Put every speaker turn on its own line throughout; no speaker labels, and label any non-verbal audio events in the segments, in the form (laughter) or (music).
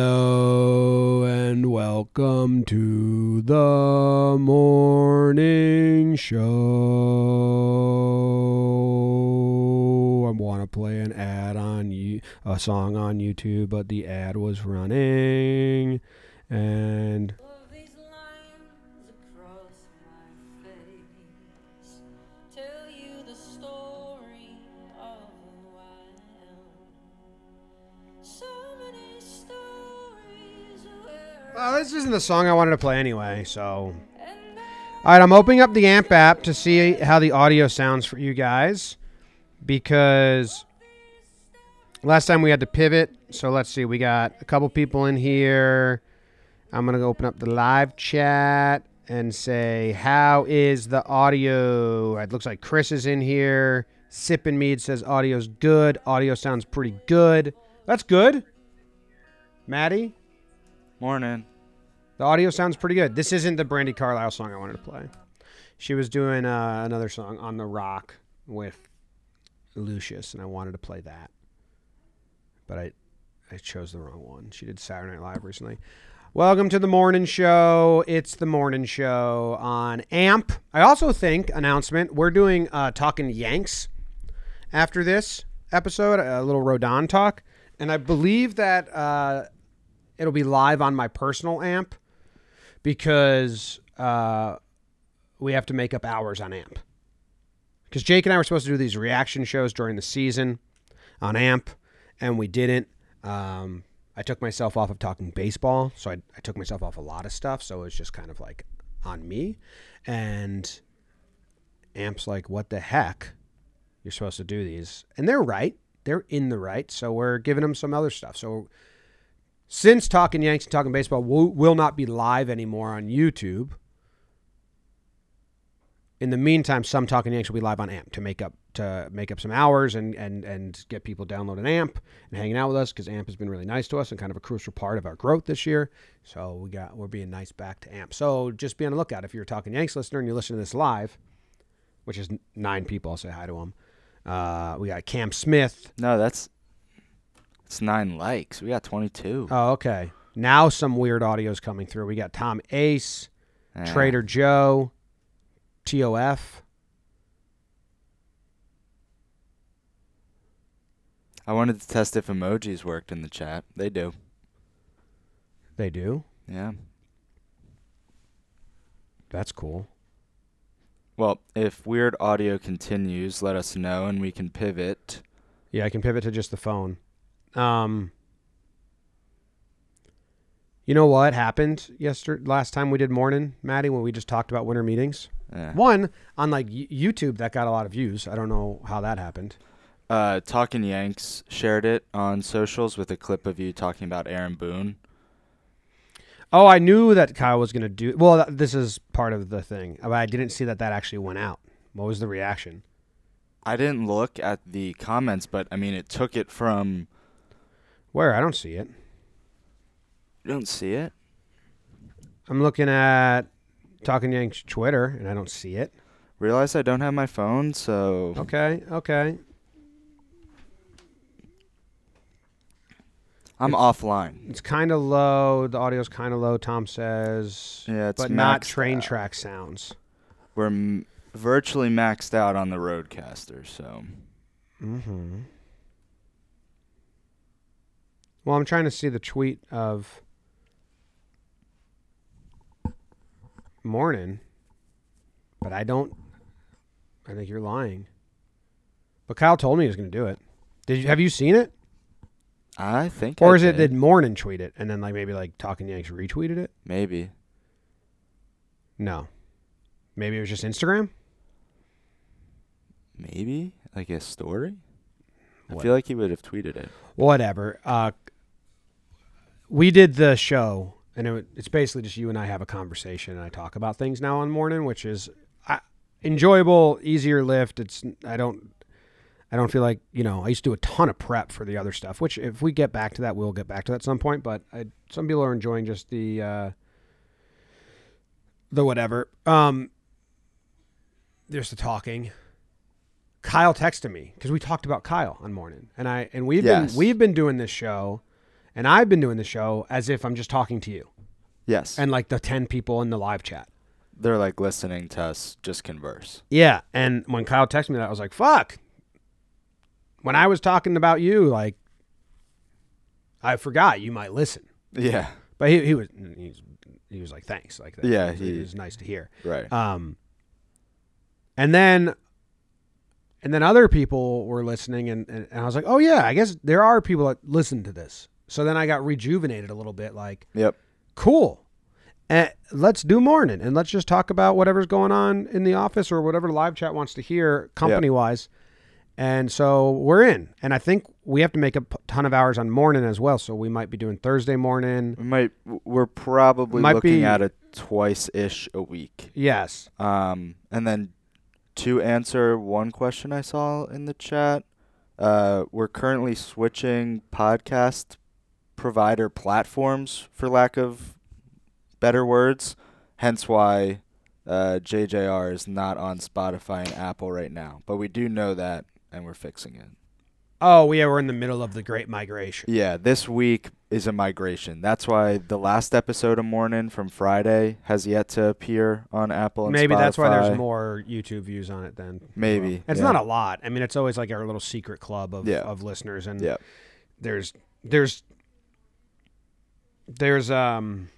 Hello and welcome to the morning show. I want to play an ad on you, a song on YouTube, but the ad was running, and
Of these lines across my face tell you the story of a while. So many stories where
well, this isn't the song I wanted to play anyway. So,
and
all right, I'm opening up the AMP app to see how the audio sounds for you guys, because Last time we had to pivot, so let's see. We got a couple people in here. I'm gonna open up the live chat and say, "How is the audio?" It looks like Chris is in here. Sipping Mead says audio's good. Audio sounds pretty good. That's good. Maddie,
Morning.
the audio sounds pretty good. This isn't the Brandy Carlisle song I wanted to play. She was doing uh, another song on the rock with Lucius, and I wanted to play that, but I I chose the wrong one. She did Saturday Night Live recently. Welcome to the morning show. It's the morning show on AMP. I also think announcement we're doing uh, talking Yanks after this episode, a little Rodon talk, and I believe that uh, it'll be live on my personal AMP because uh, we have to make up hours on AMP. Because Jake and I were supposed to do these reaction shows during the season on AMP, and we didn't. Um, I took myself off of talking baseball, so I, I took myself off a lot of stuff. So it was just kind of like on me. And AMP's like, what the heck? You're supposed to do these. And they're right. They're in the right. So we're giving them some other stuff. So since Talking Yanks and Talking Baseball will, will not be live anymore on YouTube, in the meantime, some Talking Yanks will be live on AMP to make up to make up some hours and and and get people downloading AMP and hanging out with us because AMP has been really nice to us and kind of a crucial part of our growth this year. So we got we're being nice back to AMP. So just be on the lookout if you're a Talking Yanks listener and you listen to this live, which is n- nine people. I'll say hi to them. Uh, we got Cam Smith.
No, that's it's nine likes. We got twenty-two.
Oh, okay. Now some weird audio's coming through. We got Tom Ace.
Yeah.
Trader Joe, TOF.
I wanted to test if emojis worked in the chat. They do.
They do.
Yeah.
That's cool.
Well, if weird audio continues, let us know and we can pivot.
Yeah, I can pivot to just the phone. Um, you know what happened yesterday? Last time we did morning, Maddie, when we just talked about winter meetings.
Yeah.
One on like Y- YouTube that got a lot of views. I don't know how that happened.
Uh, Talking Yanks shared it on socials with a clip of you talking about Aaron Boone.
Oh, I knew that Kyle was gonna do. Well, th- this is part of the thing. But I didn't see that that actually went out. What was the reaction?
I didn't look at the comments, but I mean, it took it from.
Where I don't see it.
You don't see it?
I'm looking at Talking Yanks Twitter, and I don't see it.
Realize I don't have my phone, so.
Okay, okay.
I'm offline.
It's kind of low. The audio's kind of low. Tom says,
Yeah, it's
but not
maxed
train
out.
track sounds.
we're m- virtually maxed out on the roadcaster so
Mm-hmm. Well, I'm trying to see the tweet of morning, but I don't. I think you're lying. But Kyle told me he was going to do it. Did you have you seen it,
i think
or
I
is it
did.
did morning tweet it and then like maybe like Talking Yanks retweeted it?
maybe
No, maybe it was just Instagram.
maybe like a story i
What?
feel like he would have tweeted it
whatever. Uh, we did the show, and it, wa- it's basically just you and I have a conversation, and I talk about things now on morning, which is I, enjoyable, easier lift. It's I don't. I don't feel like you know. I used to do a ton of prep for the other stuff, which if we get back to that, we'll get back to that at some point. But I, some people are enjoying just the uh, the whatever. Um, there's the talking. Kyle texted me because we talked about Kyle on morning, and I and we've
Yes.
been we've been doing this show, And I've been doing the show as if I'm just talking to you
Yes. And
and like the 10 people in the live chat.
they're like listening to us just
(laughs)
converse.
Yeah. And when Kyle texted me that, I was like, fuck. When I was talking about you, like, I forgot you might listen.
Yeah.
But he, he was he was he was like thanks like that.
Yeah,
it was, it
he-
was nice to hear.
Right.
Um, and then and then other people were listening, and, and and I was like, oh yeah, I guess there are people that listen to this. So then I got rejuvenated a little bit, like
yep.
cool. And let's do morning and let's just talk about whatever's going on in the office or whatever live chat wants to hear company wise. And so we're in. And I think we have to make a p- ton of hours on morning as well. So we might be doing Thursday morning.
We might we're probably
Might
looking
be-
at it twice ish a week.
Yes.
Um, and then to answer one question I saw in the chat, uh, we're currently switching podcast provider platforms, for lack of better words. Hence why uh, JJR is not on Spotify and Apple right now. But we do know that, and we're fixing it.
Oh, yeah, we're in the middle of the great migration.
Yeah, this week is a migration. That's why the last episode of Morning from Friday has yet to appear on Apple and
Maybe that's why
Spotify.
there's more YouTube views on it then.
Maybe,
It's
yeah.
not a lot. I mean, it's always like our little secret club of,
Yeah.
of listeners and
Yeah.
there's there's there's um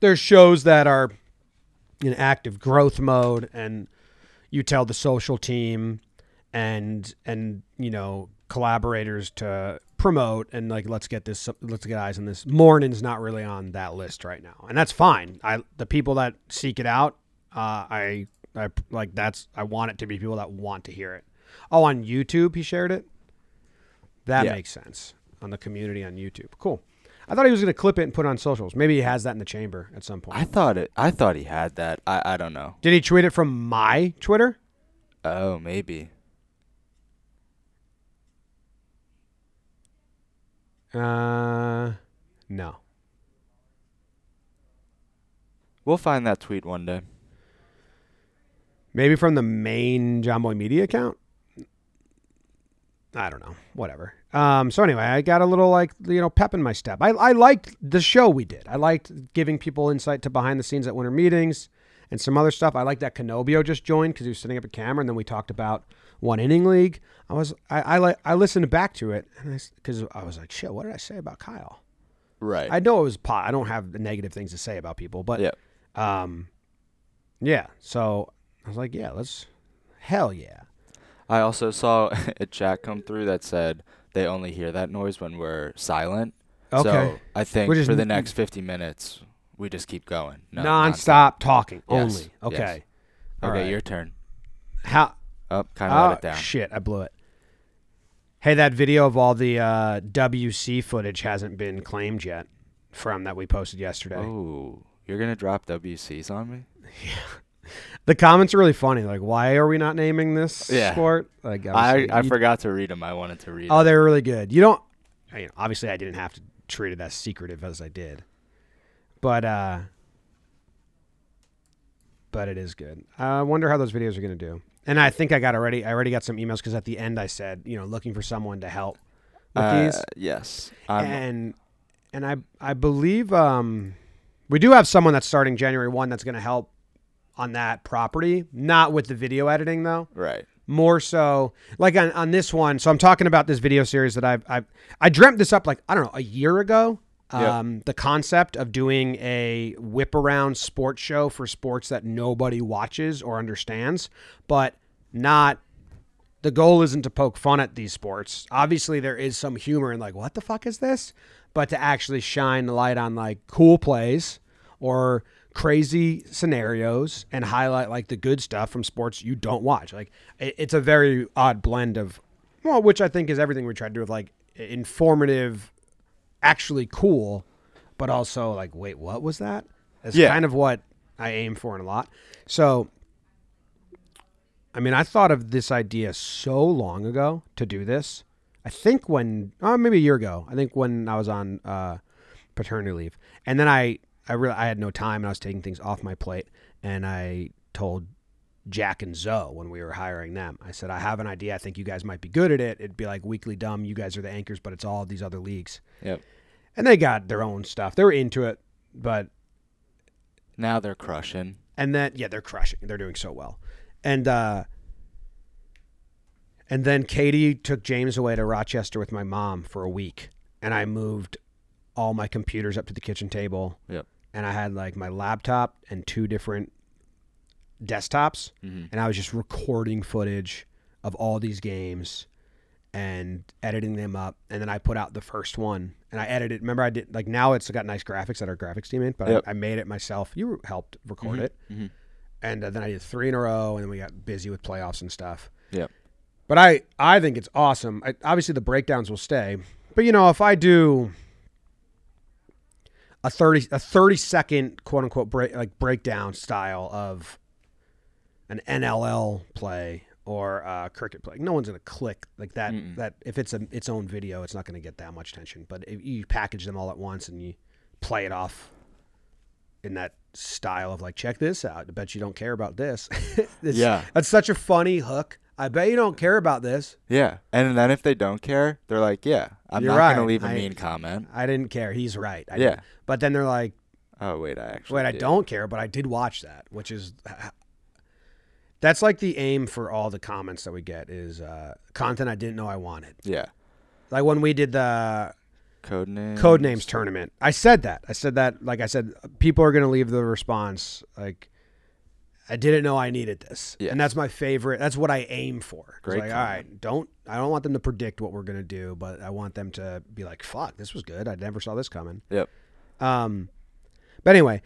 there's shows that are in active growth mode and you tell the social team and and you know collaborators to promote and like let's get this let's get eyes on this morning's not really on that list right now and that's fine i the people that seek it out uh i i like that's i want it to be people that want to hear it oh on youtube he shared it that
Yeah.
makes sense on the community on youtube cool i thought he was going to clip it and put it on socials maybe he has that in the chamber at some point
I thought it. I thought he had that. I, I don't know.
did he tweet it from my twitter
Oh, maybe.
uh no
We'll find that tweet one day.
Maybe from the main John Boy Media account. I don't know. Whatever. Um, so anyway, I got a little like you know pep in my step. I, I liked the show we did. I liked giving people insight to behind the scenes at winter meetings and some other stuff. I liked that Canobio just joined because he was setting up a camera, and then we talked about one inning league. I was I I, li- I listened back to it and I because I was like shit. What did I say about Kyle?
Right.
I know it was pot. I don't have negative things to say about people, but
yeah.
um, yeah. So I was like, yeah, let's. Hell yeah.
I also saw (laughs) a chat come through that said they only hear that noise when we're silent.
Okay.
So I think
We're just
for the
n-
next 50 minutes, we just keep going. No,
Non-stop talking
Yes,
only. Okay.
nonstop. Okay,
Alright.
your turn.
How?
Oh, kind of let
oh,
it down.
shit! I blew it. Hey, that video of all the uh, WC footage hasn't been claimed yet from that we posted yesterday.
oh, you're going to drop WCs on me?
The comments are really funny. Like, why are we not naming this
Yeah.
sport? Like,
I,
obviously,
I
you-
forgot to read them. I wanted to read 'em.
Oh, they're really good. You don't. I mean, obviously, I didn't have to treat it as secretive as I did, but uh, but it is good. I wonder how those videos are going to do. And I think I got already. I already got some emails because at the end I said, you know, looking for someone to help with
Uh,
these,
yes. I'm,
and and I I believe um, we do have someone that's starting January one that's going to help on that property, not with the video editing though
right.
more so like on, on this one so i'm talking about this video series that i've, I've i dreamt this up like i don't know a year ago
Yep.
um, the concept of doing a whip around sports show for sports that nobody watches or understands but not the goal isn't to poke fun at these sports obviously there is some humor in like what the fuck is this but to actually shine the light on like cool plays or crazy scenarios and highlight like the good stuff from sports you don't watch. Like it, it's a very odd blend of, well, which I think is everything we try to do with like i- informative, actually cool, but also like, wait, what was that? That's
Yeah.
kind of what I aim for in a lot. So, I mean, I thought of this idea so long ago to do this. I think when, oh, maybe a year ago. I think when I was on uh, paternity leave, and then I, I really, I had no time, and I was taking things off my plate, and I told Jack and Zoe when we were hiring them. I said, I have an idea. I think you guys might be good at it. It'd be like Weekly Dumb. You guys are the anchors, but it's all these other leagues.
Yep.
And they got their own stuff. They were into it, but
Now they're crushing.
and then yeah, they're crushing. They're doing so well. And uh and then Katie took James away to Rochester with my mom for a week, and I moved all my computers up to the kitchen table.
Yep.
And I had like my laptop and two different desktops,
Mm-hmm.
and I was just recording footage of all these games and editing them up. And then I put out the first one, and I edited. Remember, I did like now it's got nice graphics that our graphics team made, but
Yep.
I, I made it myself. You helped record it,
mhm.
and uh, then I did three in a row, and then we got busy with playoffs and stuff.
Yep.
But I, I think it's awesome. I, obviously, the breakdowns will stay. But you know, if I do a thirty a thirty second quote unquote break like breakdown style of an NLL play or a cricket play, no one's gonna click like that. That if it's a its own video, it's not gonna get that much attention. But if you package them all at once and you play it off in that style of like, check this out. I bet you don't care about this. (laughs) It's-
Yeah.
that's such a funny hook. I bet you don't care about this.
Yeah. And then if they don't care, they're like, yeah, I'm
You're
not
right.
gonna leave a
I-
mean comment.
I didn't care. He's right. I
Yeah.
didn't. But then they're like,
Oh wait, I actually.
wait, I
did.
don't care, but I did watch that, which is that's like the aim for all the comments that we get is uh, content I didn't know I wanted.
Yeah.
Like when we did the
Code name.
Codenames tournament. I said that. I said that. Like I said, people are going to leave the response like, I didn't know I needed this.
Yeah.
And that's my favorite. That's what I aim for. It's
Great
Like, all
comment.
right, don't, I don't want them to predict what we're going to do, but I want them to be like, fuck, this was good. I never saw this coming.
Yep.
Um, but anyway,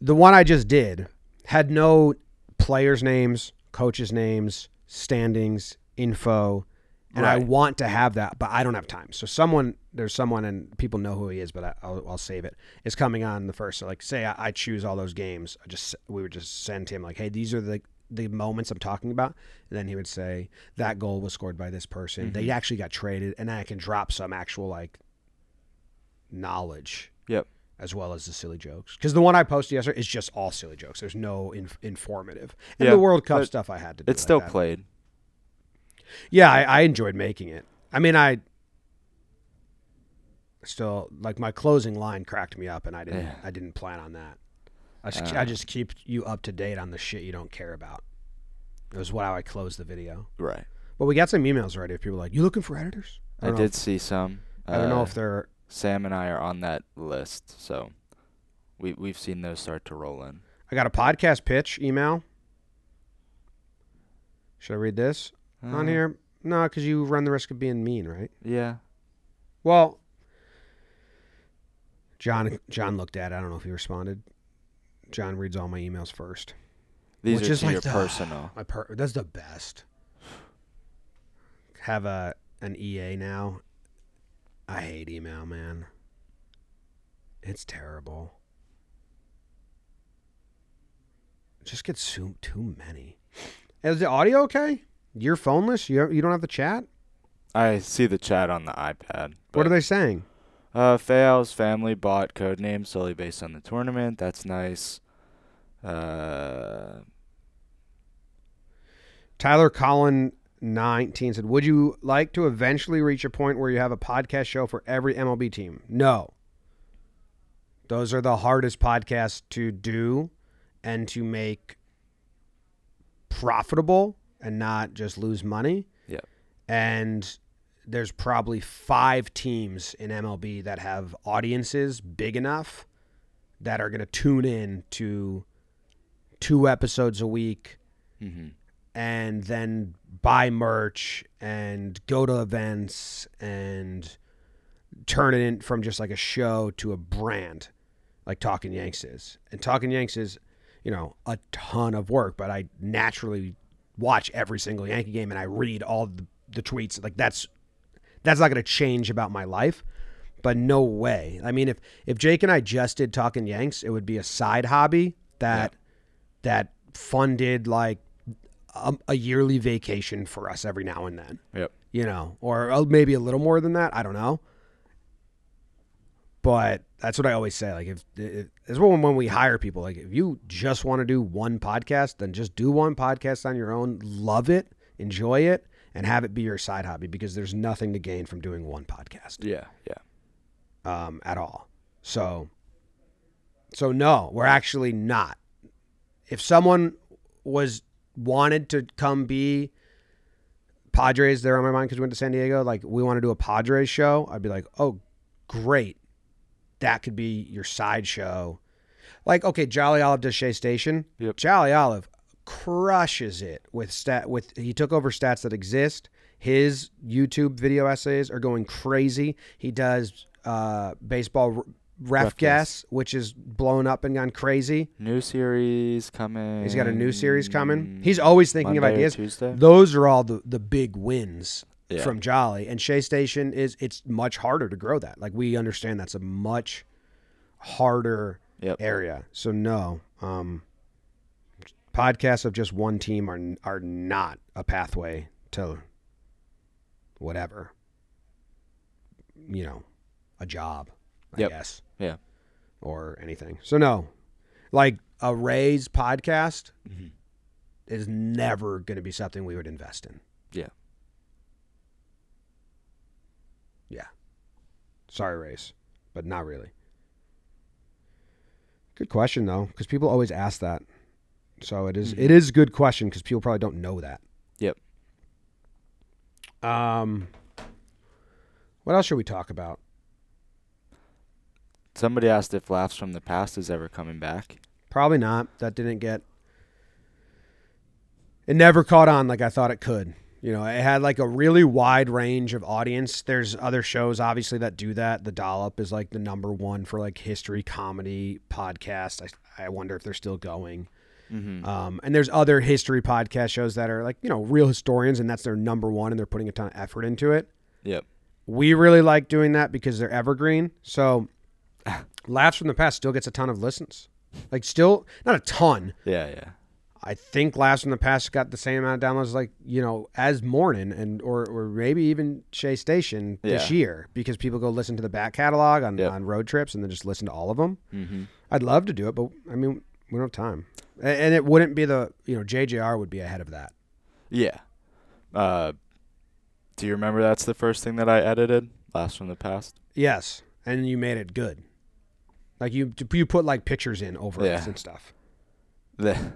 the one I just did had no players' names, coaches' names, standings, info, and I
Right.
want to have that, but I don't have time. So someone, there's someone, and people know who he is, but I, I'll, I'll save it. Is coming on the first. So like, say I, I choose all those games. I just we would just send him like, hey, these are the the moments I'm talking about, and then he would say that goal was scored by this person. They actually got traded, and then I can drop some actual like knowledge
Yep.
as well as the silly jokes. Because the one I posted yesterday is just all silly jokes. There's no inf- informative. And
Yeah,
the World Cup
but
stuff I had to do.
It's
like
still
that.
played.
Yeah, I, I enjoyed making it. I mean, I still like my closing line cracked me up, and I didn't.
Yeah. Uh.
I didn't plan on that. I just, I just keep you up to date on the shit you don't care about. It was what how I closed the video.
Right.
But we got some emails already of people like, "You looking for editors?"
I,
don't know
did see some.
If, I don't know
Uh,
if they're
Sam and I are on that list, so we we've seen those start to roll in.
I got a podcast pitch email. Should I read this on
Uh,
here? No, because you run the risk of being mean, right?
Yeah.
Well, John John looked at it. I don't know if he responded. John reads all my emails first.
These
Which
are
is
to
like
your
the-
personal.
My per- that's the best. Have a an EA now. I hate email, man. It's terrible. Just get so too many. Is the audio okay? You're phoneless. You you don't have the chat.
I see the chat on the iPad.
what
but-
are they saying?
Uh, Fayal's family bought Codename solely based on the tournament. That's nice. Uh,
Tyler Collin 19 said, Would you like to eventually reach a point where you have a podcast show for every MLB team? No. Those are the hardest podcasts to do and to make profitable and not just lose money.
Yep.
And there's probably five teams in MLB that have audiences big enough that are going to tune in to two episodes a week
mm-hmm.
and then buy merch and go to events and turn it in from just like a show to a brand like talking yanks is and talking yanks is you know a ton of work but i naturally watch every single yankee game and i read all the, the tweets like that's that's not going to change about my life but no way i mean if if jake and i just did talking yanks it would be a side hobby that that funded like a, a yearly vacation for us every now and then
Yep.
you know, or uh, maybe a little more than that. I don't know. But that's what I always say. Like if, if as well when we hire people, like if you just want to do one podcast, then just do one podcast on your own. Love it, enjoy it, and have it be your side hobby because there's nothing to gain from doing one podcast
Yeah, yeah.
um, at all. So, so no, we're actually not. If someone was wanted to come be Padres, they're on my mind because we went to San Diego. Like we want to do a Padres show, I'd be like, oh, great, that could be your side show. Like okay, Jolly Olive does Shea Station.
Yep.
Jolly Olive crushes it with stat with he took over stats that exist. His YouTube video essays are going crazy. He does uh, baseball r- ref,
Ref
guess, which is blown up and gone crazy.
New series coming.
He's got a new series coming. He's always thinking
Mm. Monday or
of ideas.
Tuesday.
Those are all the, the big wins
Yeah.
from Jolly. And Shea Station is it's much harder to grow that. Like we understand that's a much harder
Yep.
area. So no, um, podcasts of just one team are are not a pathway to whatever. You know, a job, I
Yep.
guess,
Yeah.
or anything. So no, like a Rays podcast
Mm-hmm.
is never going to be something we would invest in.
Yeah.
Yeah. Sorry, Rays, but not really. Good question though, because people always ask that. So it is- it is a good question because people probably don't know that.
Mm-hmm. Yep.
Um, what else should we talk about?
Somebody asked if Laughs from the Past is ever coming back.
Probably not. That didn't get. It never caught on like I thought it could. You know, it had like a really wide range of audience. There's other shows obviously that do that. The Dollop is like the number one for like history comedy podcast. I, I wonder if they're still going.
Mm-hmm.
Um, and there's other history podcast shows that are like you know real historians, and that's their number one, and they're putting a ton of effort into it.
Yep.
We really like doing that because they're evergreen. So, (sighs) laughs from the past still gets a ton of listens. Like still not a ton.
Yeah, yeah.
I think laughs from the past got the same amount of downloads like you know as morning and or or maybe even Shea Station this
Yeah.
year because people go listen to the back catalog on
Yep.
on road trips and then just listen to all of them.
Mm-hmm.
I'd love to do it, but I mean we don't have time, A- and it wouldn't be the you know JJR would be ahead of that.
Yeah. Uh, do you remember that's the first thing that I edited? Last from the Past? (laughs)
Yes, and you made it good. Like you you put like pictures in over us
Yeah.
and stuff.
The,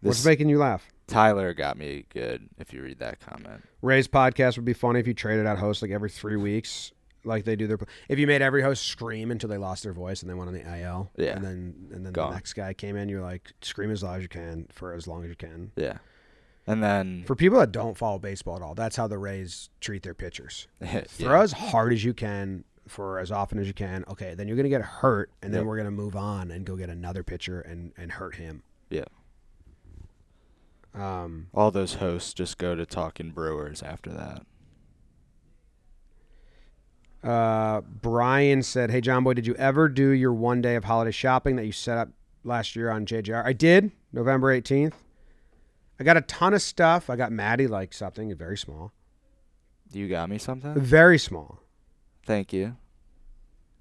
What's
this
making you laugh?
Tyler got me good if you read that comment.
Ray's podcast would be funny if you traded out hosts like every three weeks, like they do their. If you made every host scream until they lost their voice and they went on the IL,
Yeah.
and then and then
Gone.
the next guy came in, you're like scream as loud as you can for as long as you can.
Yeah. And then
For people that don't follow baseball at all, that's how the Rays treat their pitchers.
(laughs) yeah.
Throw as hard as you can for as often as you can. Okay, then you're gonna get hurt, and then
Yep.
we're gonna move on and go get another pitcher and and hurt him.
Yeah.
Um,
All those hosts just go to talking Brewers after that.
Uh, Brian said, "Hey John Boy, did you ever do your one day of holiday shopping that you set up last year on JJR?" I did, November eighteenth. I got a ton of stuff. I got Maddie like something very small,
You got me something?
very small.
Thank you.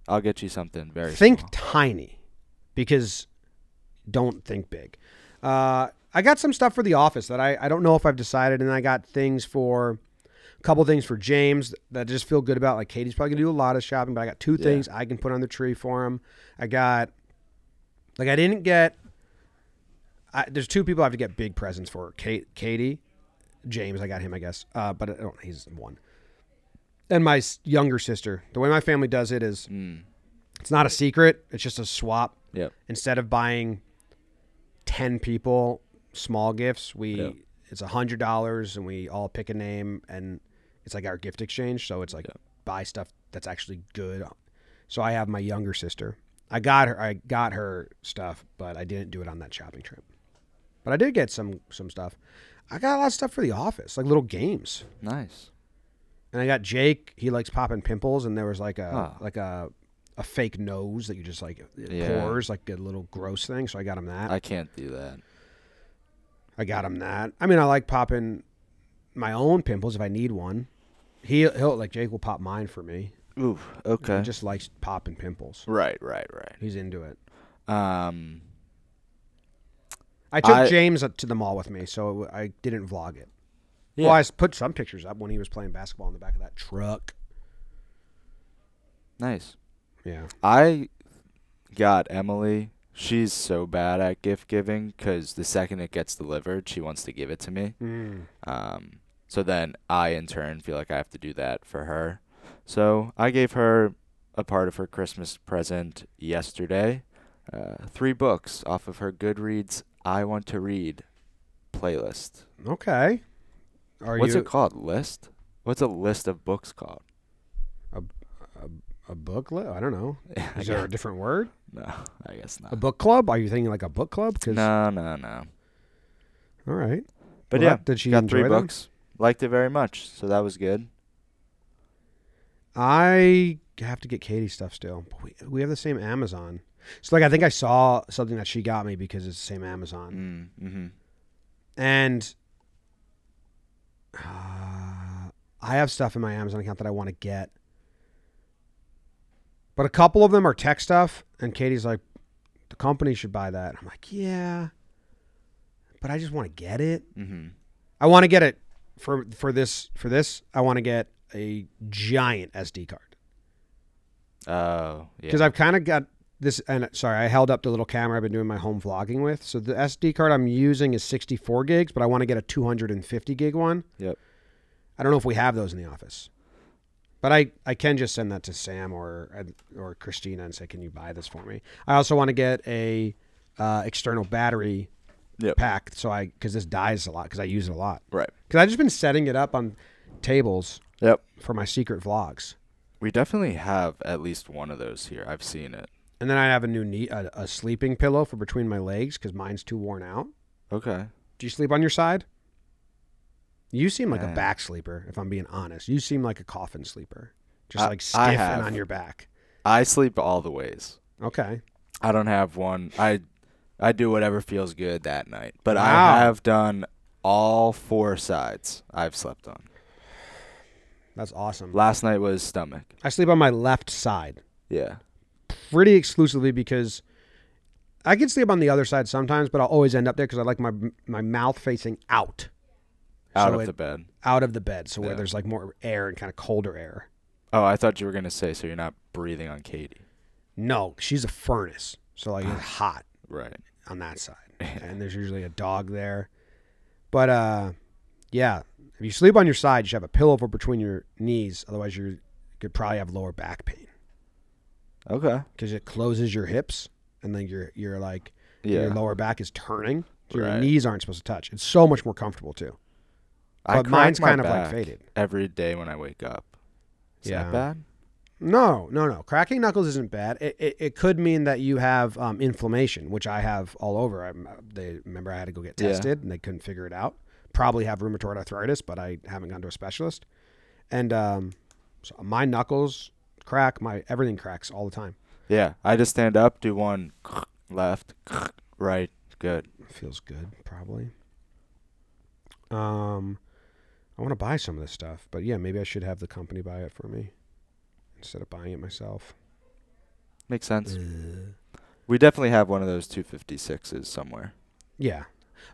I'll get you something very
think
small.
tiny, because don't think big. Uh, I got some stuff for the office that I I don't know if I've decided, and I got things for. A couple things for James that I just feel good about. Like Katie's probably gonna do a lot of shopping, but I got two
Yeah.
things I can put on the tree for him. I got Like I didn't get. I, there's two people I have to get big presents for. Kate, Katie, James. I got him, I guess. Uh, but I don't. He's one. And my s- younger sister. The way my family does it is, it's not a secret. It's just a swap.
Yep.
Instead of buying ten people small gifts, we
Yeah.
it's a hundred dollars, and we all pick a name, and it's like our gift exchange. So it's like buy stuff that's actually good. So I have my younger sister. I got her. I got her stuff, but I didn't do it on that shopping trip. But I did get some some stuff. I got a lot of stuff for the office, like little games.
Nice.
And I got Jake. He likes popping pimples, and there was like a
Ah.
like a a fake nose that you just like it
Yeah.
pours, like a little gross thing. So I got him that.
I can't do that.
I got him that. I mean, I like popping my own pimples if I need one. He he'll like Jake will pop mine for me.
Ooh,
He
okay.
just likes popping pimples.
right, right, right.
He's into it.
Um,
I took
I-
James up to the mall with me, so it w- I didn't vlog it.
yeah.
Well, I s- put some pictures up when he was playing basketball in the back of that truck.
nice.
Yeah.
I got Emily. She's so bad at gift giving because the second it gets delivered, she wants to give it to me. Um, so then I, in turn, feel like I have to do that for her. So I gave her a part of her Christmas present yesterday uh, three books off of her Goodreads I Want to Read playlist.
Okay. Are
What's
you
it called? List? What's a list of books called? (laughs)
a booklet? I don't know.
(laughs) I
Is there a
guess,
different word?
no, I guess not.
A book club? Are you thinking like a book club? 'Cause-
No, no, no.
All right.
But
Well,
yeah,
that- did she
got three
enjoy them?
books. Liked it very much, so that was good.
I have to get Katie stuff still. But we, we have the same Amazon. So like I think I saw something that she got me because it's the same Amazon.
Mm, hmm
And uh, I have stuff in my Amazon account that I want to get. But a couple of them are tech stuff, and Katie's like, the company should buy that. I'm like, yeah, but I just want to get it.
hmm
I want to get it for for this for this. I want to get a giant SD card
Oh, yeah.
because I've kind of got this. And sorry, I held up the little camera I've been doing my home vlogging with. So the SD card I'm using is 64 gigs, but I want to get a 250 gig one.
Yep.
I don't know if we have those in the office, but I I can just send that to Sam or or Christina and say, can you buy this for me? I also want to get a uh, external battery
Yep.
pack, so I because this dies a lot because I use it a lot.
Right.
Because I've just been setting it up on tables
Yep.
for my secret vlogs.
We definitely have at least one of those here. I've seen it.
And then I have a new knee, a, a sleeping pillow for between my legs because mine's too worn out.
Okay.
Do you sleep on your side? You seem like
Uh,
a back sleeper, if I'm being honest. You seem like a coffin sleeper, just
I-
like stiff
I
and
have.
on your back.
I sleep all the ways.
Okay.
I don't have one. I I do whatever feels good that night. But
Wow.
I have done all four sides I've slept on.
That's awesome.
Last night was stomach.
I sleep on my left side
Yeah.
pretty exclusively because I can sleep on the other side sometimes, but I'll always end up there because I like my my mouth facing out,
Out
So
of
it-
the bed.
out of the bed, so where
Yeah.
there's like more air and kind of colder air.
Oh, I thought you were gonna say so you're not breathing on Katie.
No, she's a furnace, so like
(sighs)
it's hot.
Right.
on that
(laughs)
side, and there's usually a dog there. But uh, yeah, if you sleep on your side, you should have a pillow for between your knees. Otherwise, you could probably have lower back pain
Okay.
because it closes your hips, and then your your like
Yeah.
your lower back is turning. So your
Right.
knees aren't supposed to touch. It's so much more comfortable too.
I
But
crack
mine's
my
kind of, like,
back
faded.
every day when I wake up. Is
Yeah.
that bad?
No, no, no. Cracking knuckles isn't bad. It, it, it could mean that you have um, inflammation, which I have all over. I, they remember I had to go get
Yeah.
tested, and they couldn't figure it out. Probably have rheumatoid arthritis, but I haven't gone to a specialist. And um, so my knuckles crack. My everything cracks all the time.
Yeah. I just stand up, do one (clears throat) left, right, good.
Feels good, probably. Um, I want to buy some of this stuff, but yeah, maybe I should have the company buy it for me instead of buying it myself.
Makes sense. We definitely have one of those 256s somewhere.
Yeah.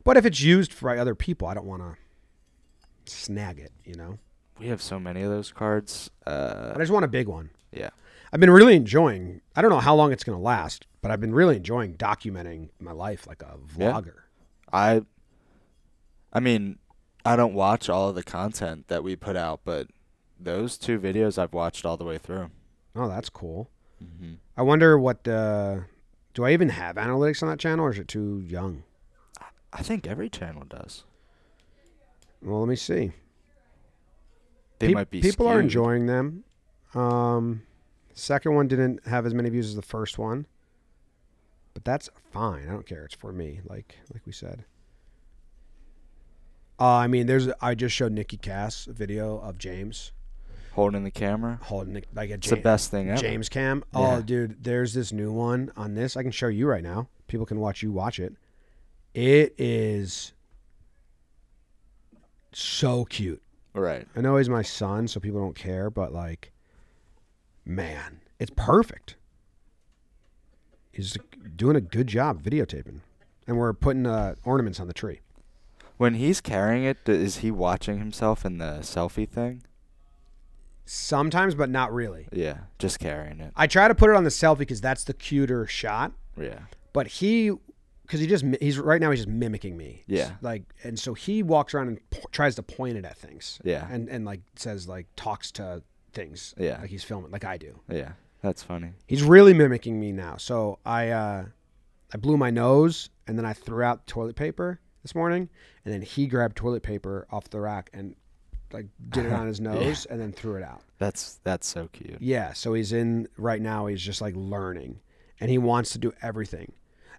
But if it's used for other people, I don't want to snag it, you know?
We have so many of those cards.
But
Uh,
I just want a big one.
yeah.
I've been really enjoying, I don't know how long it's going to last, but I've been really enjoying documenting my life like a
Yeah.
vlogger.
I I mean, I don't watch all of the content that we put out, but those two videos I've watched all the way through.
Oh, that's cool.
Mhm.
I wonder what, uh, do I even have analytics on that channel or is it too young?
I think every channel does.
Well, let me see.
They
Pe-
might be
people are
skewed.
enjoying them. Um, second one didn't have as many views as the first one, but that's fine. I don't care. It's for me, like like we said. Uh, I mean, there's. I just showed Nikki Cass a video of James
holding the camera.
holding it like a
It's the
James,
best thing ever.
James cam.
Yeah.
Oh, dude, there's this new one on this. I can show you right now. People can watch you watch it. It is so cute.
Right.
I know he's my son, so people don't care, but like man, it's perfect. He's doing a good job videotaping, and we're putting uh, ornaments on the tree.
When he's carrying it, d- is he watching himself in the selfie thing?
Sometimes, but not really.
Yeah, just carrying it.
I try to put it on the selfie because that's the cuter shot.
Yeah.
But he, because he just mi- he's right now he's just mimicking me.
Yeah.
Like, and so he walks around and po- tries to point it at things.
Yeah.
And and like says like talks to things.
Yeah.
Like he's filming like I do.
Yeah. That's funny.
He's really mimicking me now. So I uh, I blew my nose and then I threw out toilet paper this morning, and then he grabbed toilet paper off the rack and like did it on his nose and then threw it out.
That's that's so cute.
Yeah, so he's in right now. He's just like learning, and he wants to do everything,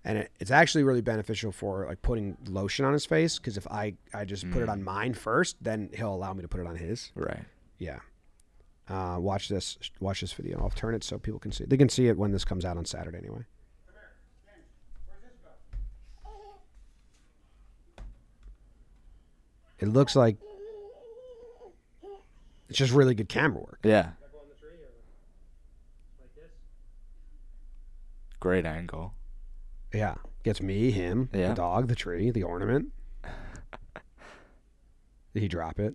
and it, it's actually really beneficial for like putting lotion on his face because if I I just put it on mine first, then he'll allow me to put it on his.
Right.
Yeah. Uh, watch this. Watch this video. I'll turn it so people can see. They can see it when this comes out on Saturday anyway. It looks like it's just really good camera work.
Yeah. Great angle.
Yeah. Gets me, him,
Yeah.
the dog, the tree, the ornament. Did he drop it?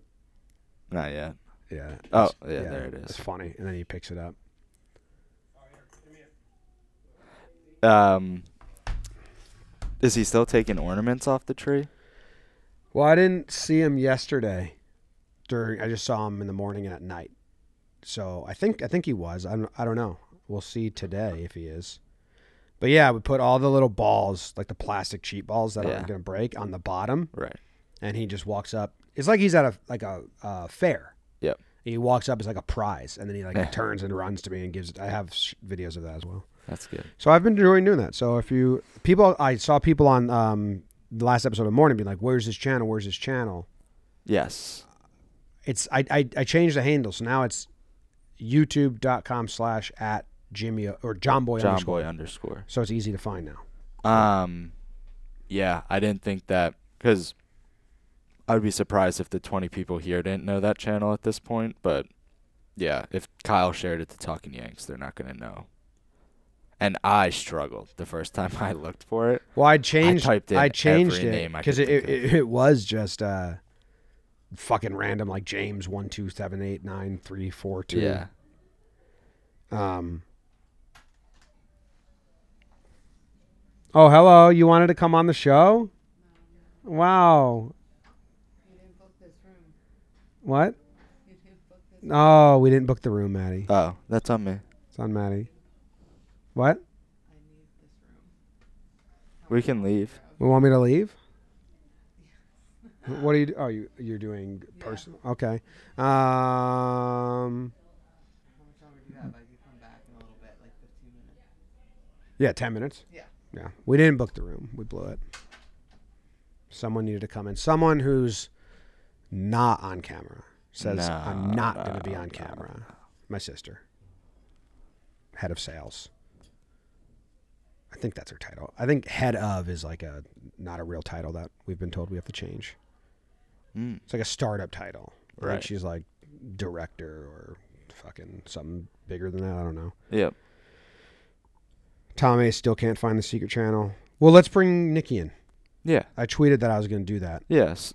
Not yet.
Yeah.
Oh, yeah, there it
It's
is.
funny. And then he picks it up.
Um, is he still taking ornaments off the tree?
Well, I didn't see him yesterday. During I just saw him in the morning and at night. So I think I think he was. I don't, I don't know. We'll see today if he is. But yeah, we put all the little balls, like the plastic cheat balls that
Yeah.
aren't going to break, on the bottom,
Right.
and he just walks up. It's like he's at a like a uh, fair.
Yep.
He walks up as like a prize, and then he like
(laughs) Yeah.
turns and runs to me and gives. it. I have sh- videos of that as well.
That's good.
So I've been enjoying doing that. So if you people, I saw people on um, the last episode of Morning being like, "Where's this channel? Where's this channel?"
Yes.
It's I I, I changed the handle, so now it's YouTube.com slash at Jimmy or John Boy.
John
underscore.
Boy underscore.
So it's easy to find now.
Um, yeah, I didn't think that because I would be surprised if the 20 people here didn't know that channel at this point. But yeah, if Kyle shared it to Talking Yanks, they're not gonna know. And I struggled the first (laughs) time I looked for it.
Well, I changed. I,
typed in
changed
every
it
name I
because it,
could
it,
think
it was just uh, fucking random, like James one two seven eight nine three four two.
Yeah.
Um. Oh, hello. You wanted to come on the show? Wow.
You didn't book this room.
What?
You didn't book this.
Oh, we didn't book the room, Maddie.
Oh, that's on me.
It's on Maddie. What?
I need this room.
We can leave.
We want me to leave? What are you? do- Oh, you you're doing personal. Okay. Um.
How much longer do you have? I can come back in a little bit, like 15 minutes.
Yeah, ten minutes.
Yeah.
Yeah, we didn't book the room. We blew it. Someone needed to come in. Someone who's not on camera says,
No,
"I'm not going to be
no,
on
no,
camera." My sister, head of sales. I think that's her title. I think head of is like a not a real title that we've been told we have to change.
Mm.
It's like a startup title. I think
Right.
she's like director or fucking something bigger than that. I don't know.
Yep.
Tommy still can't find the secret channel. Well, let's bring Nikki in.
Yeah.
I tweeted that I was going to do that.
Yes.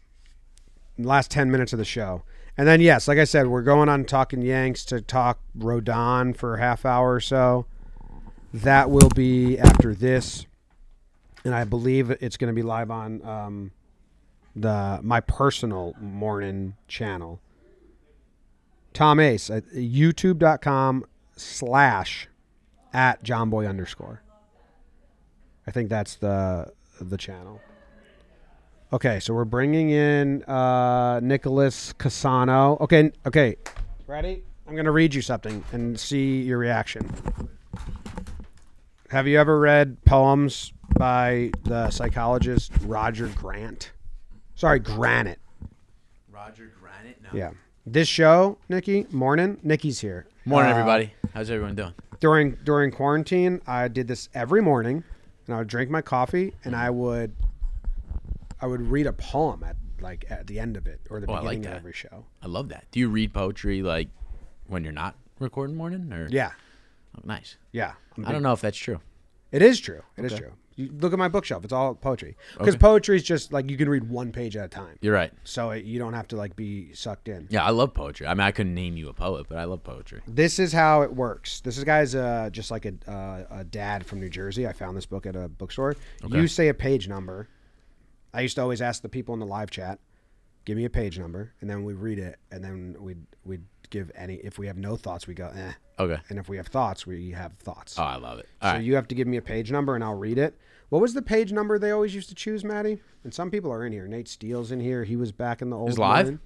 Last 10 minutes of the show. And then, yes, like I said, we're going on Talking Yanks to talk Rodon for a half hour or so. That will be after this. And I believe it's going to be live on um, the my personal morning channel. Tom Ace uh, at youtube.com slash at johnboy underscore. I think that's the the channel. Okay, so we're bringing in uh, Nicholas Casano. Okay, okay. Ready? I'm going to read you something and see your reaction. Have you ever read poems by the psychologist Roger Grant? Sorry, Granite.
Roger Granite. No.
Yeah. This show, Nikki, morning. Nikki's here.
Morning,
Uh,
everybody. How's everyone doing?
during during quarantine, I did this every morning, and I would drink my coffee, and I would I would read a poem at like at the end of it or the
Oh, I like
beginning of
that.
every show.
I love that. Do you read poetry like when you're not? recording morning? Or
Yeah,
Oh, nice.
yeah. I'm
I don't know if that's true.
It is true. It is
Okay.
true. You look at my bookshelf; it's all poetry. Because
Okay.
poetry is just like you can read one page at a time,
You're right.
so it, you don't have to like be sucked in.
Yeah, I love poetry. I mean, I couldn't name you a poet, but I love poetry.
This is how it works. This is guy's uh, just like a, uh, a dad from New Jersey. I found this book at a bookstore.
Okay.
You say a page number. I used to always ask the people in the live chat, "Give me a page number," and then we read it, and then we would we would give any. If we have no thoughts, we go eh,
Okay.
and if we have thoughts, we have thoughts.
Oh, I love it.
So
All right.
you have to give me a page number and I'll read it. What was the page number they always used to choose, Maddie? And some people are in here. Nate Steele's in here. He was back in the old.
live?
one.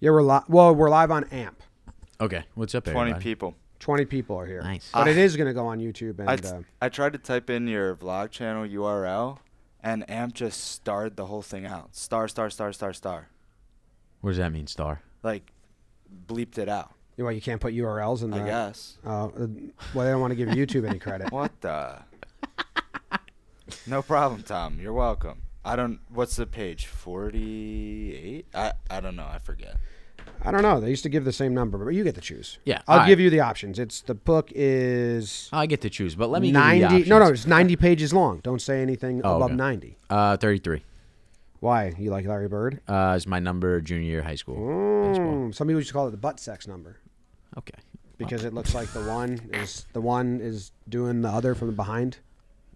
Yeah, we're live. Well, we're live on AMP.
okay. What's up,
20
everybody?
people.
Twenty people are here.
Nice.
But
Ah.
it is going to go on YouTube and
I,
uh,
I tried to type in your vlog channel URL, and AMP just starred the whole thing out. Star, star, star, star, star.
What does that mean, Star?
Like, bleeped it out,
well, you can't put URLs in
I
there.
guess.
Uh, well, they don't want to give YouTube any credit.
(laughs) What the?
(laughs)
no problem, Tom. You're welcome. I don't. What's the page? Forty-eight. I I don't know. I forget.
I don't know. They used to give the same number, but you get to choose.
Yeah,
I'll
alright.
give you the options. It's the book is
Oh, I get to choose, but let me give
ninety.
you the
No, no,
options.
it's ninety pages long. Don't say anything
Oh,
above
okay.
ninety.
Uh, 33
Why? You like Larry Bird?
uh, is my number junior year of high school.
Mm, some people used to call it the butt sex number
Okay.
because it looks like the one is the one is doing the other from behind.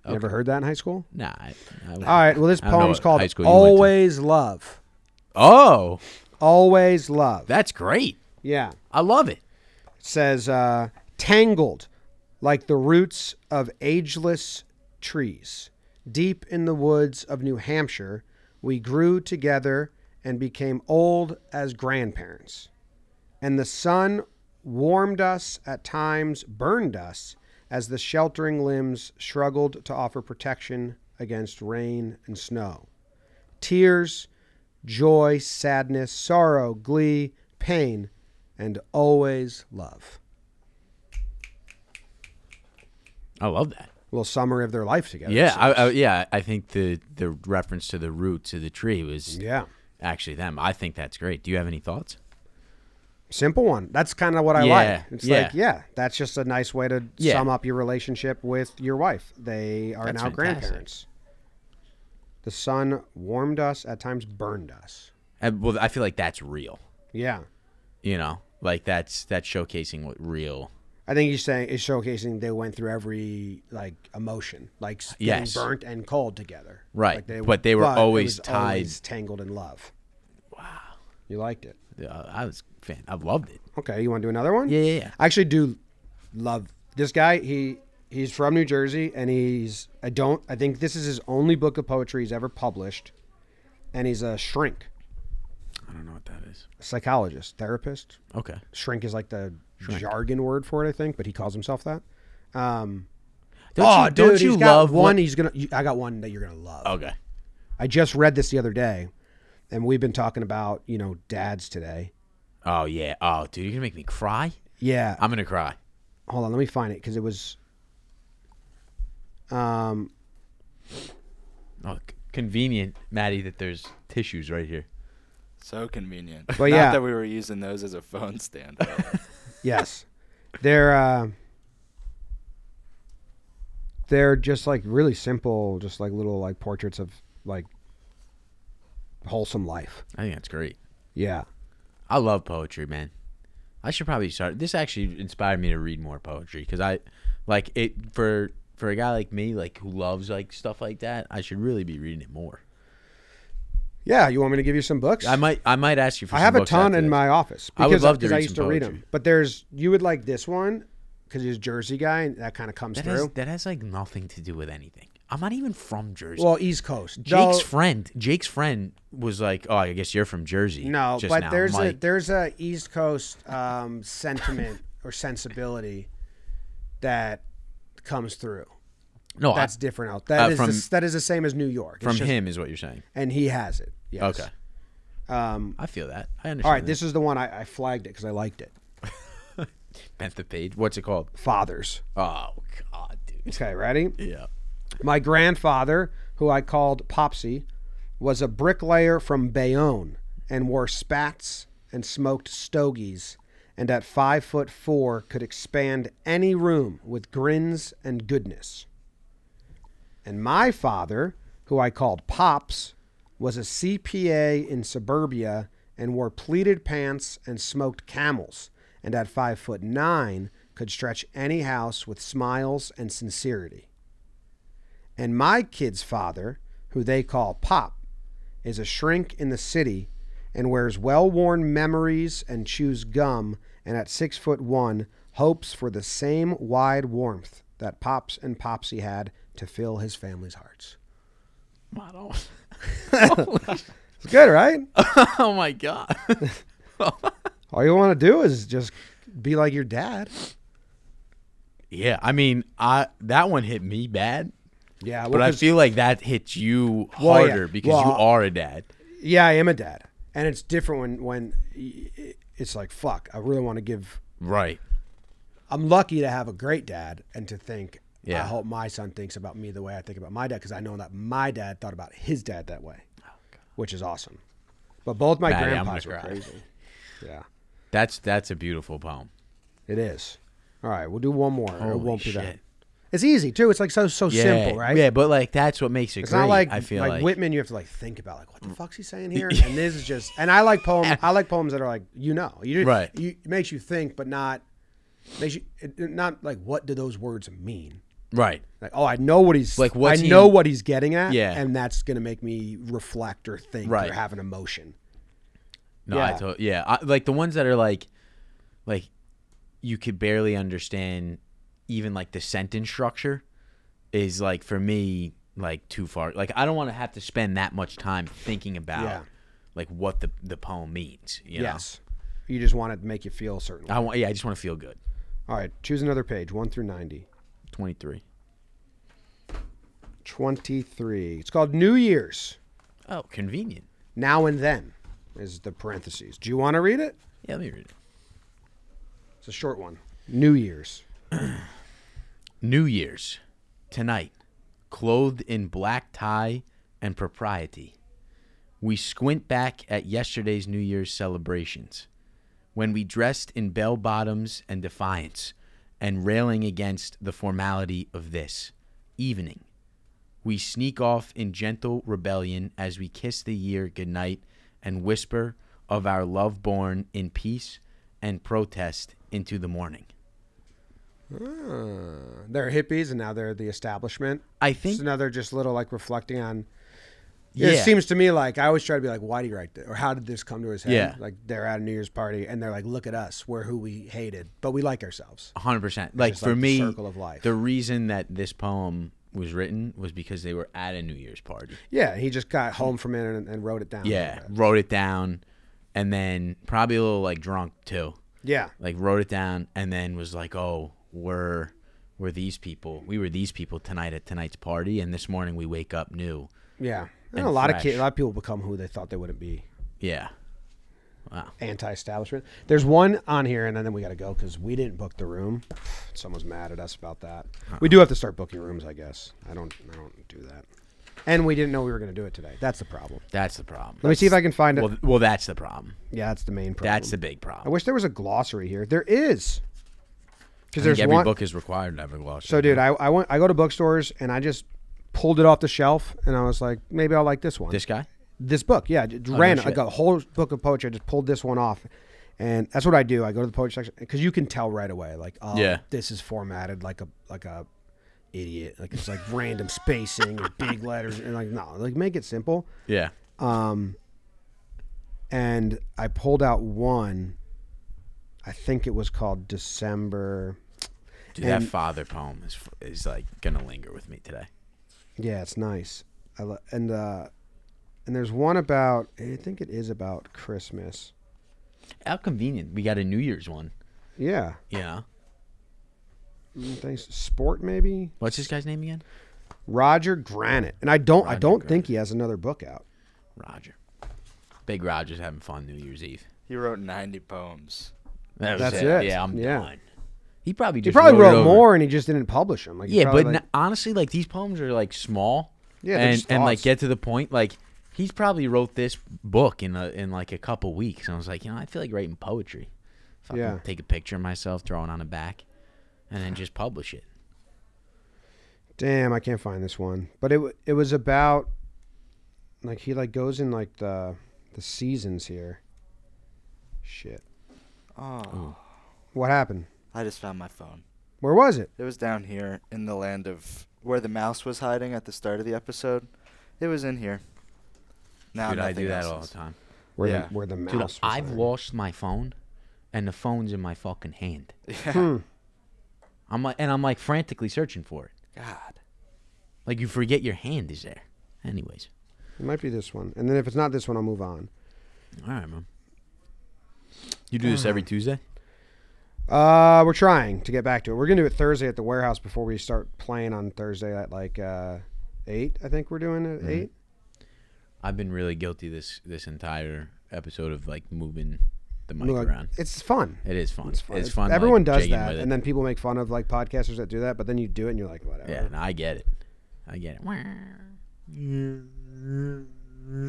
You ever
Okay.
heard that in high school?
Nah. I, I wouldn't-
All right. Well, this
I don't know
poem's
what
called
high school you went to.
"Always Love."
Oh,
Always love.
that's great.
yeah.
I love it.
says uh, tangled like the roots of ageless trees deep in the woods of new hampshire we grew together and became old as grandparents and the sun warmed us at times burned us as the sheltering limbs struggled to offer protection against rain and snow tears, joy, sadness, sorrow, glee, pain, and always love.
I love that.
A little summary of their life together.
Yeah,
So-
I, I, yeah. I think the the reference to the roots of the tree was
yeah.
actually them. I think that's great. Do you have any thoughts?
Simple one. That's kind of what I
Yeah,
like. It's
yeah.
like, yeah, that's just a nice way to
Yeah.
sum up your relationship with your wife. They are
That's
now
fantastic.
grandparents. The sun warmed us, at times burned us.
Uh, well, I feel like that's real.
Yeah.
You know, like that's that's showcasing what real.
I think he's saying is showcasing they went through every like emotion, like s- getting
Yes.
burnt and cold together.
Right,
Like
but they were
it
always
was
tied-
always tangled in love. Wow, you liked it.
Uh, I was fan. I loved it.
Okay, you want to do another one?
Yeah, yeah, yeah.
I actually do love this guy. He he's from New Jersey, and he's I don't I think this is his only book of poetry he's ever published, and he's a shrink,
I don't know what that is.
psychologist, therapist,
Okay.
shrink is like the jargon word for it, I think, but he calls himself that. Um,
Don't
oh,
you- don't
dude,
you
he's got
love
one?
what-
He's gonna. You, I got one that you're gonna love.
Okay.
I just read this the other day, and we've been talking about you know dads today.
Oh yeah. Oh, dude, you're gonna make me cry.
Yeah,
I'm gonna cry.
hold on, let me find it because it was. Um,
Oh, c- convenient, Maddie, that there's tissues right here.
So convenient.
Well,
Not
yeah.
that we were using those as a phone stand.
yes, they're uh, they're just like really simple, just like little like portraits of like wholesome life.
I think that's great.
Yeah.
I love poetry, man. I should probably start. This actually inspired me to read more poetry because I, like it for for a guy like me, like who loves like stuff like that. I should really be reading it more.
Yeah, you want me to give you some books?
I might I might ask you for.
I
some
have a
books
ton
after
in
this.
my office
I would
because
love to
'cause I
read
used
some
to read them.
poetry.
But there's you would like this one because he's a Jersey guy and that kind of comes
That
through.
has, that has like nothing to do with anything. I'm not even from Jersey.
well, East Coast.
Jake's
Though-
friend, Jake's friend was like, "Oh, I guess you're from Jersey."
no,
just
but
now.
there's
I'm
a
like,
there's a East Coast um, sentiment or sensibility that comes through.
no I-
That's different out. That
Uh,
is
from-
the, s- that is the same as New York. It's
from
just-
him, is what you're saying.
and he has it. Yes.
Okay,
Um,
I feel that. I understand.
all right,
that.
this is the one I, I flagged it because I liked it.
bent the page. What's it called?
Fathers.
Oh God, dude.
Okay, ready?
Yeah.
My grandfather, who I called Popsy, was a bricklayer from Bayonne and wore spats and smoked stogies and at five foot four could expand any room with grins and goodness. And my father, who I called Pops, was a CPA in suburbia and wore pleated pants and smoked camels, and at five foot nine could stretch any house with smiles and sincerity. And my kid's father, who they call Pop, is a shrink in the city and wears well worn memories and chews gum, and at six foot one hopes for the same wide warmth that Pops and Popsy had to fill his family's hearts. (laughs) It's good,
(laughs)
right?
oh
(laughs)
my god.
All you want to do is just be like your dad.
yeah, I mean, I that one hit me bad,
Yeah, well,
but I
'cause-
feel like that hits you
Well, yeah.
harder because you
Well,
are a dad.
yeah, I am a dad, and it's different when when y- it's like fuck. I really want to give.
Right.
I'm lucky to have a great dad, and to think I
Yeah.
hope my son thinks about me the way I think about my dad because I know that my dad thought about his dad that way, which is awesome. But both my
Oh, Maddie, I'm
grandpas were
gonna cry.
crazy. Yeah,
That's that's a beautiful poem.
it is. All right, we'll do one more. it
Holy
won't be that.
shit.
It's easy too. It's like so so
Yeah,
simple, right?
Yeah, but like that's what makes it
It's
great.
not like
I feel
like,
like, Mm.
Whitman. You have to like think about like what the fuck's he
(laughs)
saying here, and this is just. And I like poem. I like poems that are like you know, you
Right.
You, it makes you think, but not makes you it- it- not like what do those words mean?
right.
Like oh, I know what he's
Like, what's
I
he-
know what he's getting at,
Yeah.
and that's gonna make me reflect or think
Right.
or have an emotion.
No, I
Yeah.
told yeah, I, like the ones that are like, like, you could barely understand, even like the sentence structure, is like for me like too far. Like I don't want to have to spend that much time thinking about
Yeah.
like what the the poem means. You know?
Yes, you just want it to make you feel a certain. way.
I want. Yeah, I just want to feel good.
All right, choose another page, one through ninety.
Twenty three.
23. It's called New Year's.
Oh, convenient.
Now and then is the parentheses. Do you want to read it?
Yeah, let me read it.
It's a short one. New Year's.
New Year's, tonight, clothed in black tie and propriety. We squint back at yesterday's New Year's celebrations, when we dressed in bell bottoms and defiance, and railing against the formality of this evening. We sneak off in gentle rebellion as we kiss the year goodnight and whisper of our love born in peace and protest into the morning.
Uh, they're hippies, and now they're the establishment.
I think
It's another just little like reflecting on. It
Yeah.
seems to me like I always try to be like, why do you write this? Or how did this come to his head?
Yeah.
Like they're at a New Year's party and they're like, look at us. We're who we hated, but we like ourselves.
hundred percent. Like
just
for
like the
me,
circle of life.
the reason that this poem was written was because they were at a New Year's party.
Yeah. He just got home from it and, and wrote it down.
Yeah, wrote it down, and then probably a little like drunk too.
Yeah.
Like wrote it down, and then was like, "Oh, we're we're these people. We were these people tonight at tonight's party, and this morning we wake up new."
Yeah. And,
And
a lot of
fresh.
kids, a lot of people become who they thought they wouldn't be.
Yeah. Wow.
anti-establishment. There's one on here, and then we got to go because we didn't book the room. Someone's mad at us about that.
Uh-uh.
We do have to start booking rooms, I guess. I don't, I don't do that. And we didn't know we were going to do it today. That's the problem.
That's the problem.
Let me see if I can find it.
Well, well, that's the problem.
yeah, that's the main problem.
That's the big
I
problem.
wish there was a glossary here. There is, because
I think
there's
every
one.
book is required to have a glossary.
so, dude, I, I went, I go to bookstores, and I just pulled it off the shelf, and I was like, maybe I'll like this one.
this guy.
this book. Yeah, j- random.
shit.
like a whole book of poetry. I just pulled this one off, and that's what I do. I go to the poetry section because you can tell right away. Like, oh,
Yeah.
this is formatted like a like a idiot. Like it's like random spacing and big letters and like no, like make it simple.
Yeah.
And I pulled out one. I think it was called December.
Dude, that father poem is is like gonna linger with me today.
Yeah, it's nice. I lo- and uh, and there's one about. I think it is about Christmas.
How convenient. We got a New Year's one.
Yeah,
Yeah.
Mm, thanks. Sport maybe.
What's this guy's name again?
Roger Granite, and I don't I
Roger
don't think he has another book out.
Roger. Big Roger's having fun New Year's Eve.
He wrote 90 poems.
That was
That's
it.
it.
Yeah, I'm
Yeah.
done. He probably
He
just
probably
wrote it
wrote
over-
more, and he just didn't publish them. Like, he
Yeah,
probably,
but
like-
n- honestly, like these poems are like small.
Yeah, they're
and
just
and like
thoughts.
get to the point. Like he's probably wrote this book in a in like a couple weeks. And I was like, you know, I feel like writing poetry. Fucking
Yeah.
Take a picture of myself, throw it on a back, and then just publish it.
Damn, I can't find this one. But it w- it was about like he like goes in like the the seasons here. Shit.
Oh,
What happened?
I just found my phone.
Where was it?
It was down here in the land of where the mouse was hiding at the start of the episode. It was in here. Now
Dude, I
nothing
do that
else
all the
is.
time.
Where
Yeah.
the where the mouse
Dude,
was
I've
at.
lost my phone, and the phone's in my fucking (laughs) hand.
Yeah.
Hmm.
I'm like, and I'm like frantically searching for it.
God.
Like you forget your hand is there. Anyways,
It might be this one. And then if it's not this one, I'll move on.
all right, man. You do
(sighs)
this every Tuesday?
Uh, we're trying to get back to it. We're gonna do it Thursday at the warehouse before we start playing on Thursday at like uh, eight. I think we're doing it at eight.
I've been really guilty this this entire episode of like moving the mic
Like,
around.
it's fun.
It is fun.
It's fun. It's-
fun. like,
Everyone does
jigging
that,
with it.
and then people make fun of like podcasters that do that. But then you do it, and you're like, whatever.
yeah, no, I get it. I get it.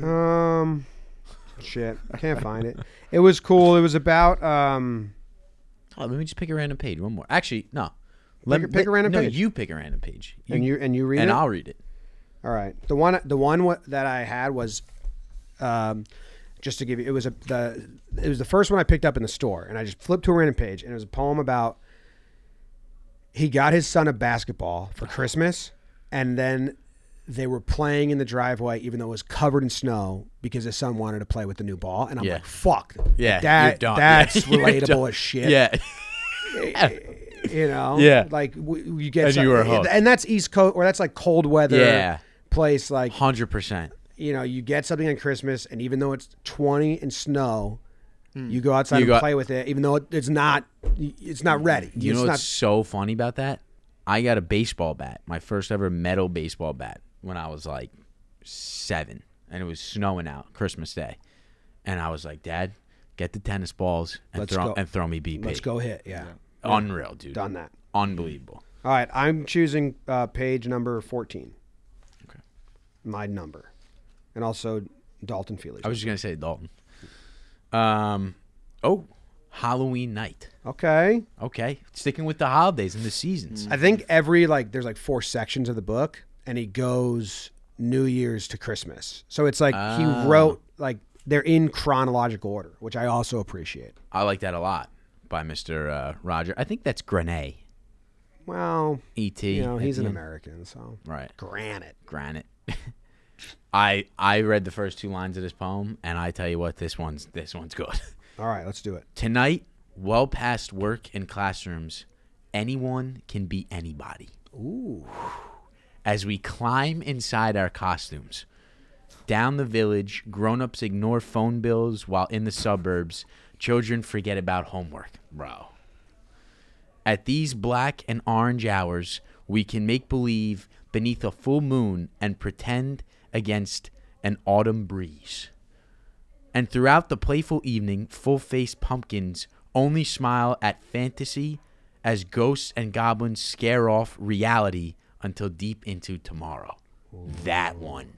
Um, shit, I can't find it. It was cool. It was about um.
Oh, let me just pick a random page. One more. Actually, no. Let
Pick a-
me-
pick a random
no,
page.
you pick a random page.
and you and you read
and
it.
I'll read it.
All right. The one the one wha- that I had was um just to give you it was a the it was the first one I picked up in the store and I just flipped to a random page and it was a poem about he got his son a basketball for Christmas and then they were playing in the driveway even though it was covered in snow because his son wanted to play with the new ball and I'm
Yeah.
like fuck
Yeah,
that
you're done. (laughs)
that's
Yeah, you're
relatable
done.
as shit (laughs)
Yeah.
you know
Yeah.
like w- you get
And you
some-
were hooked.
and that's east coast or that's like cold weather
Yeah.
place like
100%.
you know, you get something on Christmas, and even though it's 20 and snow, you go outside
You
and
go-
play with it, even though it, it's not, it's not ready.
You
it's
know
not,
what's so funny about that? I got a baseball bat, my first ever metal baseball bat, when I was like seven, and it was snowing out Christmas Day, and I was like, "Dad, get the tennis balls and
Let's
throw
go.
and throw me BP."
let's go hit. Yeah.
Unreal, dude.
Done that.
Unbelievable.
All right. I'm choosing uh, page number 14. Okay. My number. And also Dalton Feely's.
I was just gonna
(laughs)
say Dalton. Um, oh, Halloween night.
okay.
Okay, sticking with the holidays and the seasons.
I think every, like, there's like four sections of the book, and he goes New Year's to Christmas. So it's like
Ah.
he wrote, like, they're in chronological order, which I also appreciate.
I like that a lot by Mister uh, Roger. I think that's Grenade.
Well,
Et.
you know,
at
he's
the
an
end.
American, so
Right.
granite.
granite. (laughs) I I read the first two lines of this poem, and I tell you what, this one's this one's good. (laughs)
All right, let's do it.
Tonight, well past work and classrooms, anyone can be anybody. Ooh. As we climb inside our costumes, down the village, grown-ups ignore phone bills while in the suburbs, children forget about homework. Bro. At these black and orange hours, we can make believe beneath a full moon and pretend against an autumn breeze. And throughout the playful evening, full faced pumpkins only smile at fantasy as ghosts and goblins scare off reality until deep into tomorrow. That one.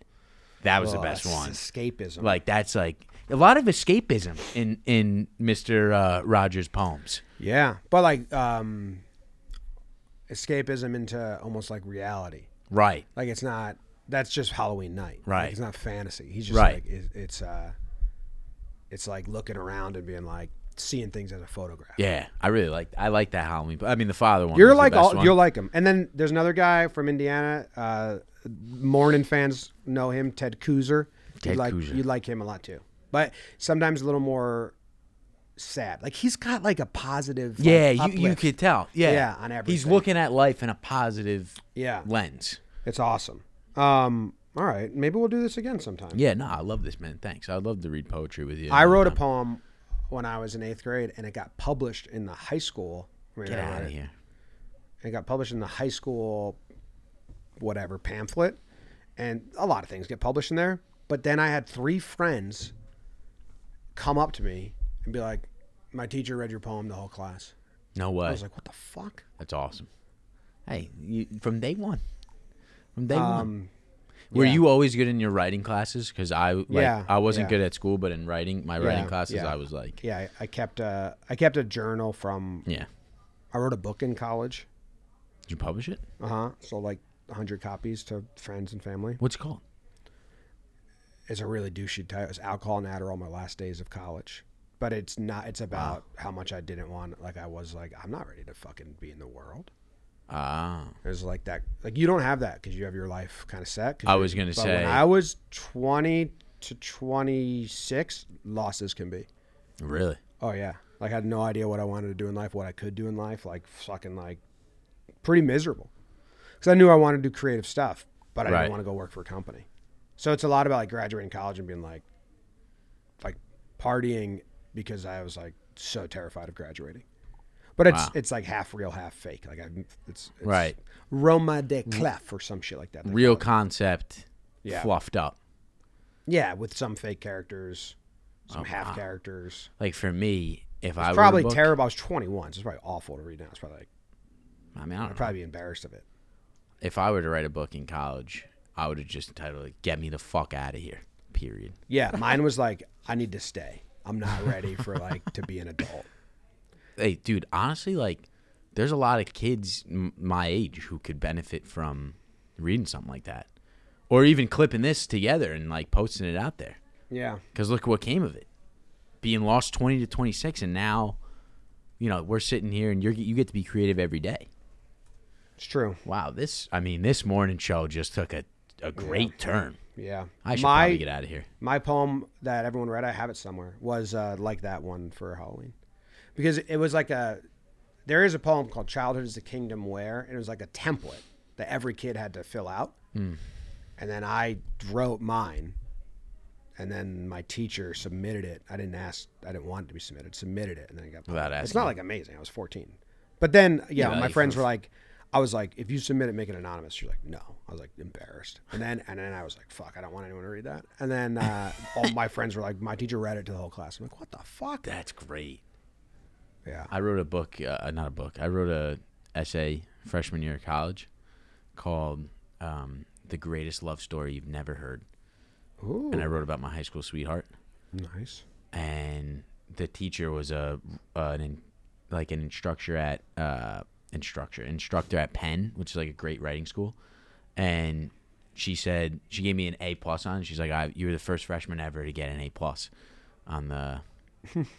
That was the best
That's
one.
Escapism.
Like that's like a lot of escapism in in Mr. Uh, Rogers' poems.
yeah, but like um escapism into almost like reality.
Right.
Like it's not that's just Halloween night. Like,
Right.
it's not fantasy. He's just
Right.
like it, it's uh it's like looking around and being like seeing things as a photograph.
Yeah, I really like I like that Halloween. I mean, the father one.
You're
was the
like
best
all,
one.
you're like him. And then there's another guy from Indiana. Uh, Morning fans know him, Ted Kuzer.
Ted
you like,
Kuzer.
You like him a lot too, but sometimes a little more sad. Like he's got like a positive. like,
yeah, you, you
uplift.
could tell. Yeah,
Yeah, on
He's
everything.
looking at life in a positive
Yeah.
lens.
It's awesome. Um, all right, maybe we'll do this again sometime.
Yeah, no, I love this man. Thanks. I'd love to read poetry with you.
I wrote a poem when I was in eighth grade, and it got published in the high school. where
Get
I
out
wrote
of
it.
here.
It got published in the high school, whatever pamphlet, and a lot of things get published in there. But then I had three friends come up to me and be like, "My teacher read your poem to the whole class."
No way.
I was like, "What the fuck?"
That's awesome. Hey, you, from day one. From day one. Were
Um, Yeah.
you always good in your writing classes? Because I like,
Yeah,
I wasn't
yeah.
good at school, but in writing, my
Yeah,
writing classes,
yeah.
I was like,
Yeah, I, I kept a I kept a journal from
yeah.
I wrote a book in college.
Did you publish it?
Uh huh. So like hundred copies to friends and family.
What's it called?
It's a really douchey title. It's alcohol and Adderall. My last days of college, but it's not. It's about how much I didn't want. Like I was like I'm not ready to fucking be in the world.
Ah,
It was like that. Like you don't have that because you have your life kind of set. 'cause
I
you're-
was gonna
but
say-
when I was twenty to twenty six, losses can be.
really?
Oh yeah, like I had no idea what I wanted to do in life, what I could do in life. Like fucking like, pretty miserable. Because I knew I wanted to do creative stuff, but I
Right.
didn't want to go work for a company. So it's a lot about like graduating college and being like, like partying because I was like so terrified of graduating. But it's
Wow.
it's like half real, half fake. Like I, it's, it's
Right. Mm.
Roma de Clef or some shit like that. they
Real
call it.
concept,
Yeah.
fluffed up.
yeah, with some fake characters, some half
Oh, wow.
characters.
Like for me, if I
It's
wrote a
probably
book-
terrible. I was 21, so it's probably awful to read now. It's probably like
I mean, I don't
I'd
know.
probably be embarrassed of it.
If I were to write a book in college, I would have just entitled it "Get Me the Fuck Out of Here." Period.
Yeah, mine was like, I need to stay. I'm not ready for like to be an adult.
Hey, dude. Honestly, like, there's a lot of kids m- my age who could benefit from reading something like that, or even clipping this together and like posting it out there.
Yeah,
Because look what came of it, being lost twenty to twenty six, and now, you know, we're sitting here and you're you get to be creative every day.
it's true.
Wow, this I mean, this morning show just took a a great turn.
Yeah,
I should
my
probably get out of here.
my poem that everyone read. I have it somewhere. Was uh, like that one for Halloween, because it was like a. There is a poem called "Childhood is the Kingdom Where," and it was like a template that every kid had to fill out,
Hmm.
and then I wrote mine, and then my teacher submitted it. I didn't ask. I didn't want it to be submitted. Submitted it, and then I got.
Without
It's
asking.
not like amazing. I was fourteen, but then yeah,
Yeah,
my
like,
friends
for-
were like, I was like, if you submit it, make it anonymous. She's like, no. I was like embarrassed, and then and then I was like, fuck, I don't want anyone to read that. And then uh, all my friends were like, my teacher read it to the whole class. I'm like, what the fuck?
That's great.
Yeah,
I wrote a book, uh, not a book. I wrote a essay freshman year of college called um, "The Greatest Love Story You've Never Heard,"
Ooh,
and I wrote about my high school sweetheart.
nice.
and the teacher was a uh, an in, like an instructor at uh instructor instructor at Penn, which is like a great writing school, and she said she gave me an A plus on. it. She's like, I, "You were the first freshman ever to get an A plus on the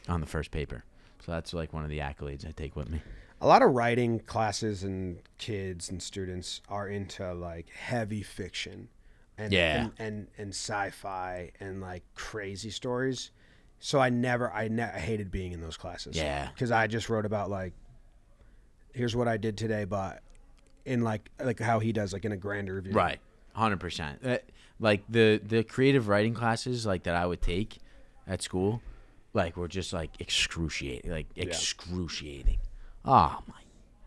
on the first paper." So that's like one of the accolades I take with me.
A lot of writing classes and kids and students are into like heavy fiction, and
Yeah.
and, and, and sci-fi and like crazy stories. So I never, I, ne- I hated being in those classes.
Yeah.
because I just wrote about like, here's what I did today, but in like like how he does like in a grander view.
Right. Hundred percent. Like the the creative writing classes like that I would take at school, like were just like excruciating, like excruciating. Oh my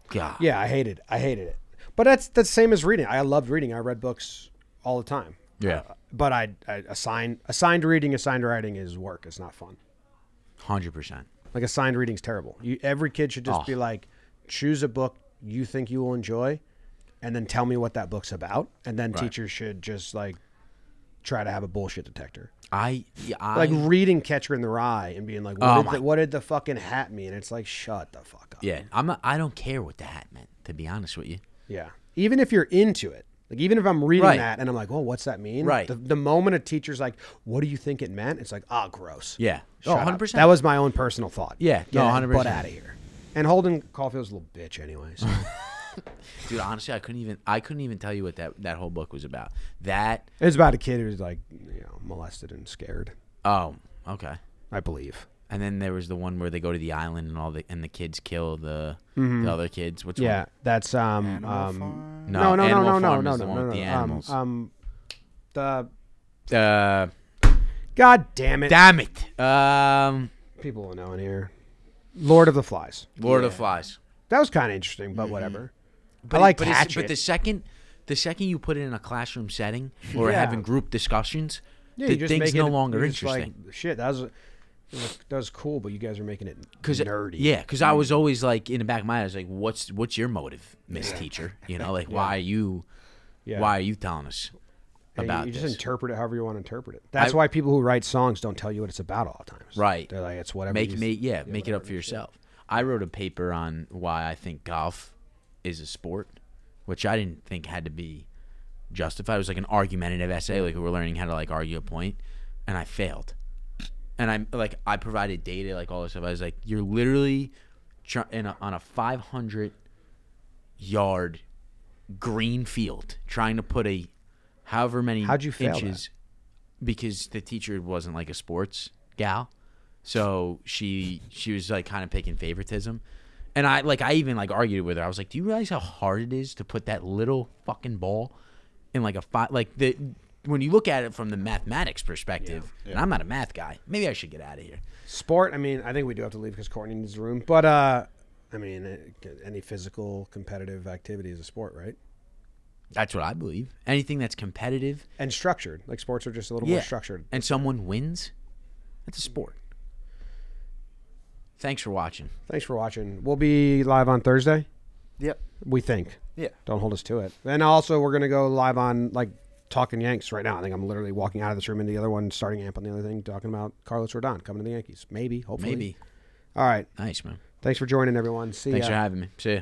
god.
Yeah, I hated, I hated it. But that's that's same as reading. I loved reading. I read books all the time.
Yeah.
But I, I assigned assigned reading, assigned writing is work. It's not fun.
Hundred percent.
Like assigned reading's terrible. You, every kid should just
Oh.
be like, choose a book you think you will enjoy, and then tell me what that book's about. And then
Right.
teachers should just like try to have a bullshit detector.
I yeah, I
Like reading Catcher in the Rye and being like, what,
Oh
did,
my-
the, what did the fucking hat mean? It's like, shut the fuck up.
yeah. I'm not, I don't care what the hat meant. To be honest with you.
Yeah. Even if you're into it, like even if I'm reading
Right.
that and I'm like, well, what's that mean?
Right.
The, the moment a teacher's like, what do you think it meant? It's like, ah, gross.
Yeah.
Shut up.
oh, 100%.
That was my own personal thought.
Yeah,
Get
no,
your Butt
100%.
out of here. And Holden Caulfield's a little bitch, anyways.
(laughs) dude. Honestly, I couldn't even I couldn't even tell you what that that whole book was about. That
it's about a kid who's like, you know, molested and scared.
oh okay.
I believe.
And then there was the one where they go to the island and all the and the kids kill the the other kids. Which one?
Mm-hmm. Yeah, that's um,
Animal
um
Farm?
No,
no, no, no,
Animal
no, no,
Farm
no,
is the
no,
one
no,
with the
no. Um,
animals.
um, the
Uh,
God damn it!
damn it. Um,
People will know in here. Lord of the Flies.
Lord of the Flies.
That was kind of interesting, but whatever.
Mm-hmm. But
I like
but, it's-
Hatchet.
but the second, the second you put it in a classroom setting or
Yeah.
having group discussions,
Yeah,
the
you just
thing's
make
no
it-
longer
you're just like,
interesting.
Shit, that was, that was that was cool, but you guys are making it
Cause it-
nerdy. Mm.
yeah, because I was always like in the back of my head, I was like,
(laughs)
"What's what's your motive, Miss Teacher? You know, like why are you,
Yeah.
why are you telling us?"
And you-
about
you just
this.
interpret it however you want to interpret it. That's why people who write songs don't tell you what it's about all the time.
Right.
They're like, it's whatever.
make
you-
make yeah, make it
whatever
up for
you say.
yourself. I wrote a paper on why I think golf is a sport, which I didn't think had to be justified. It was like an argumentative essay, like we were learning how to like argue a point, and I failed. And I'm like, I provided data, like all this stuff. I was like, you're literally tr- in a, on a 500 yard green field trying to put a however many
How'd you fail that?
inches because the teacher wasn't like a sports gal so she she was like kind of picking favoritism and i like i even like argued with her i was like do you realize how hard it is to put that little fucking ball in like a five like the when you look at it from the mathematics perspective and i'm not a math guy maybe i should get out of here
Sport, I mean, I think we do have to leave because Courtney needs the room. But, uh, I mean, uh, any physical competitive activity is a sport, right?
that's what i believe anything that's competitive
And structured. Like, sports are just a little more structured.
and someone wins that's a sport thanks for watching
Thanks for watching. We'll be live on Thursday,
Yep.
we think.
Yeah.
Don't hold us to it. And also, we're going to go live on, like, Talking Yanks right now. I think I'm literally walking out of this room into the other one, starting amp on the other thing, talking about Carlos Rodon coming to the Yankees. Maybe, hopefully.
maybe
All right.
nice man
Thanks for joining, everyone. See
thanks
ya.
for having me see ya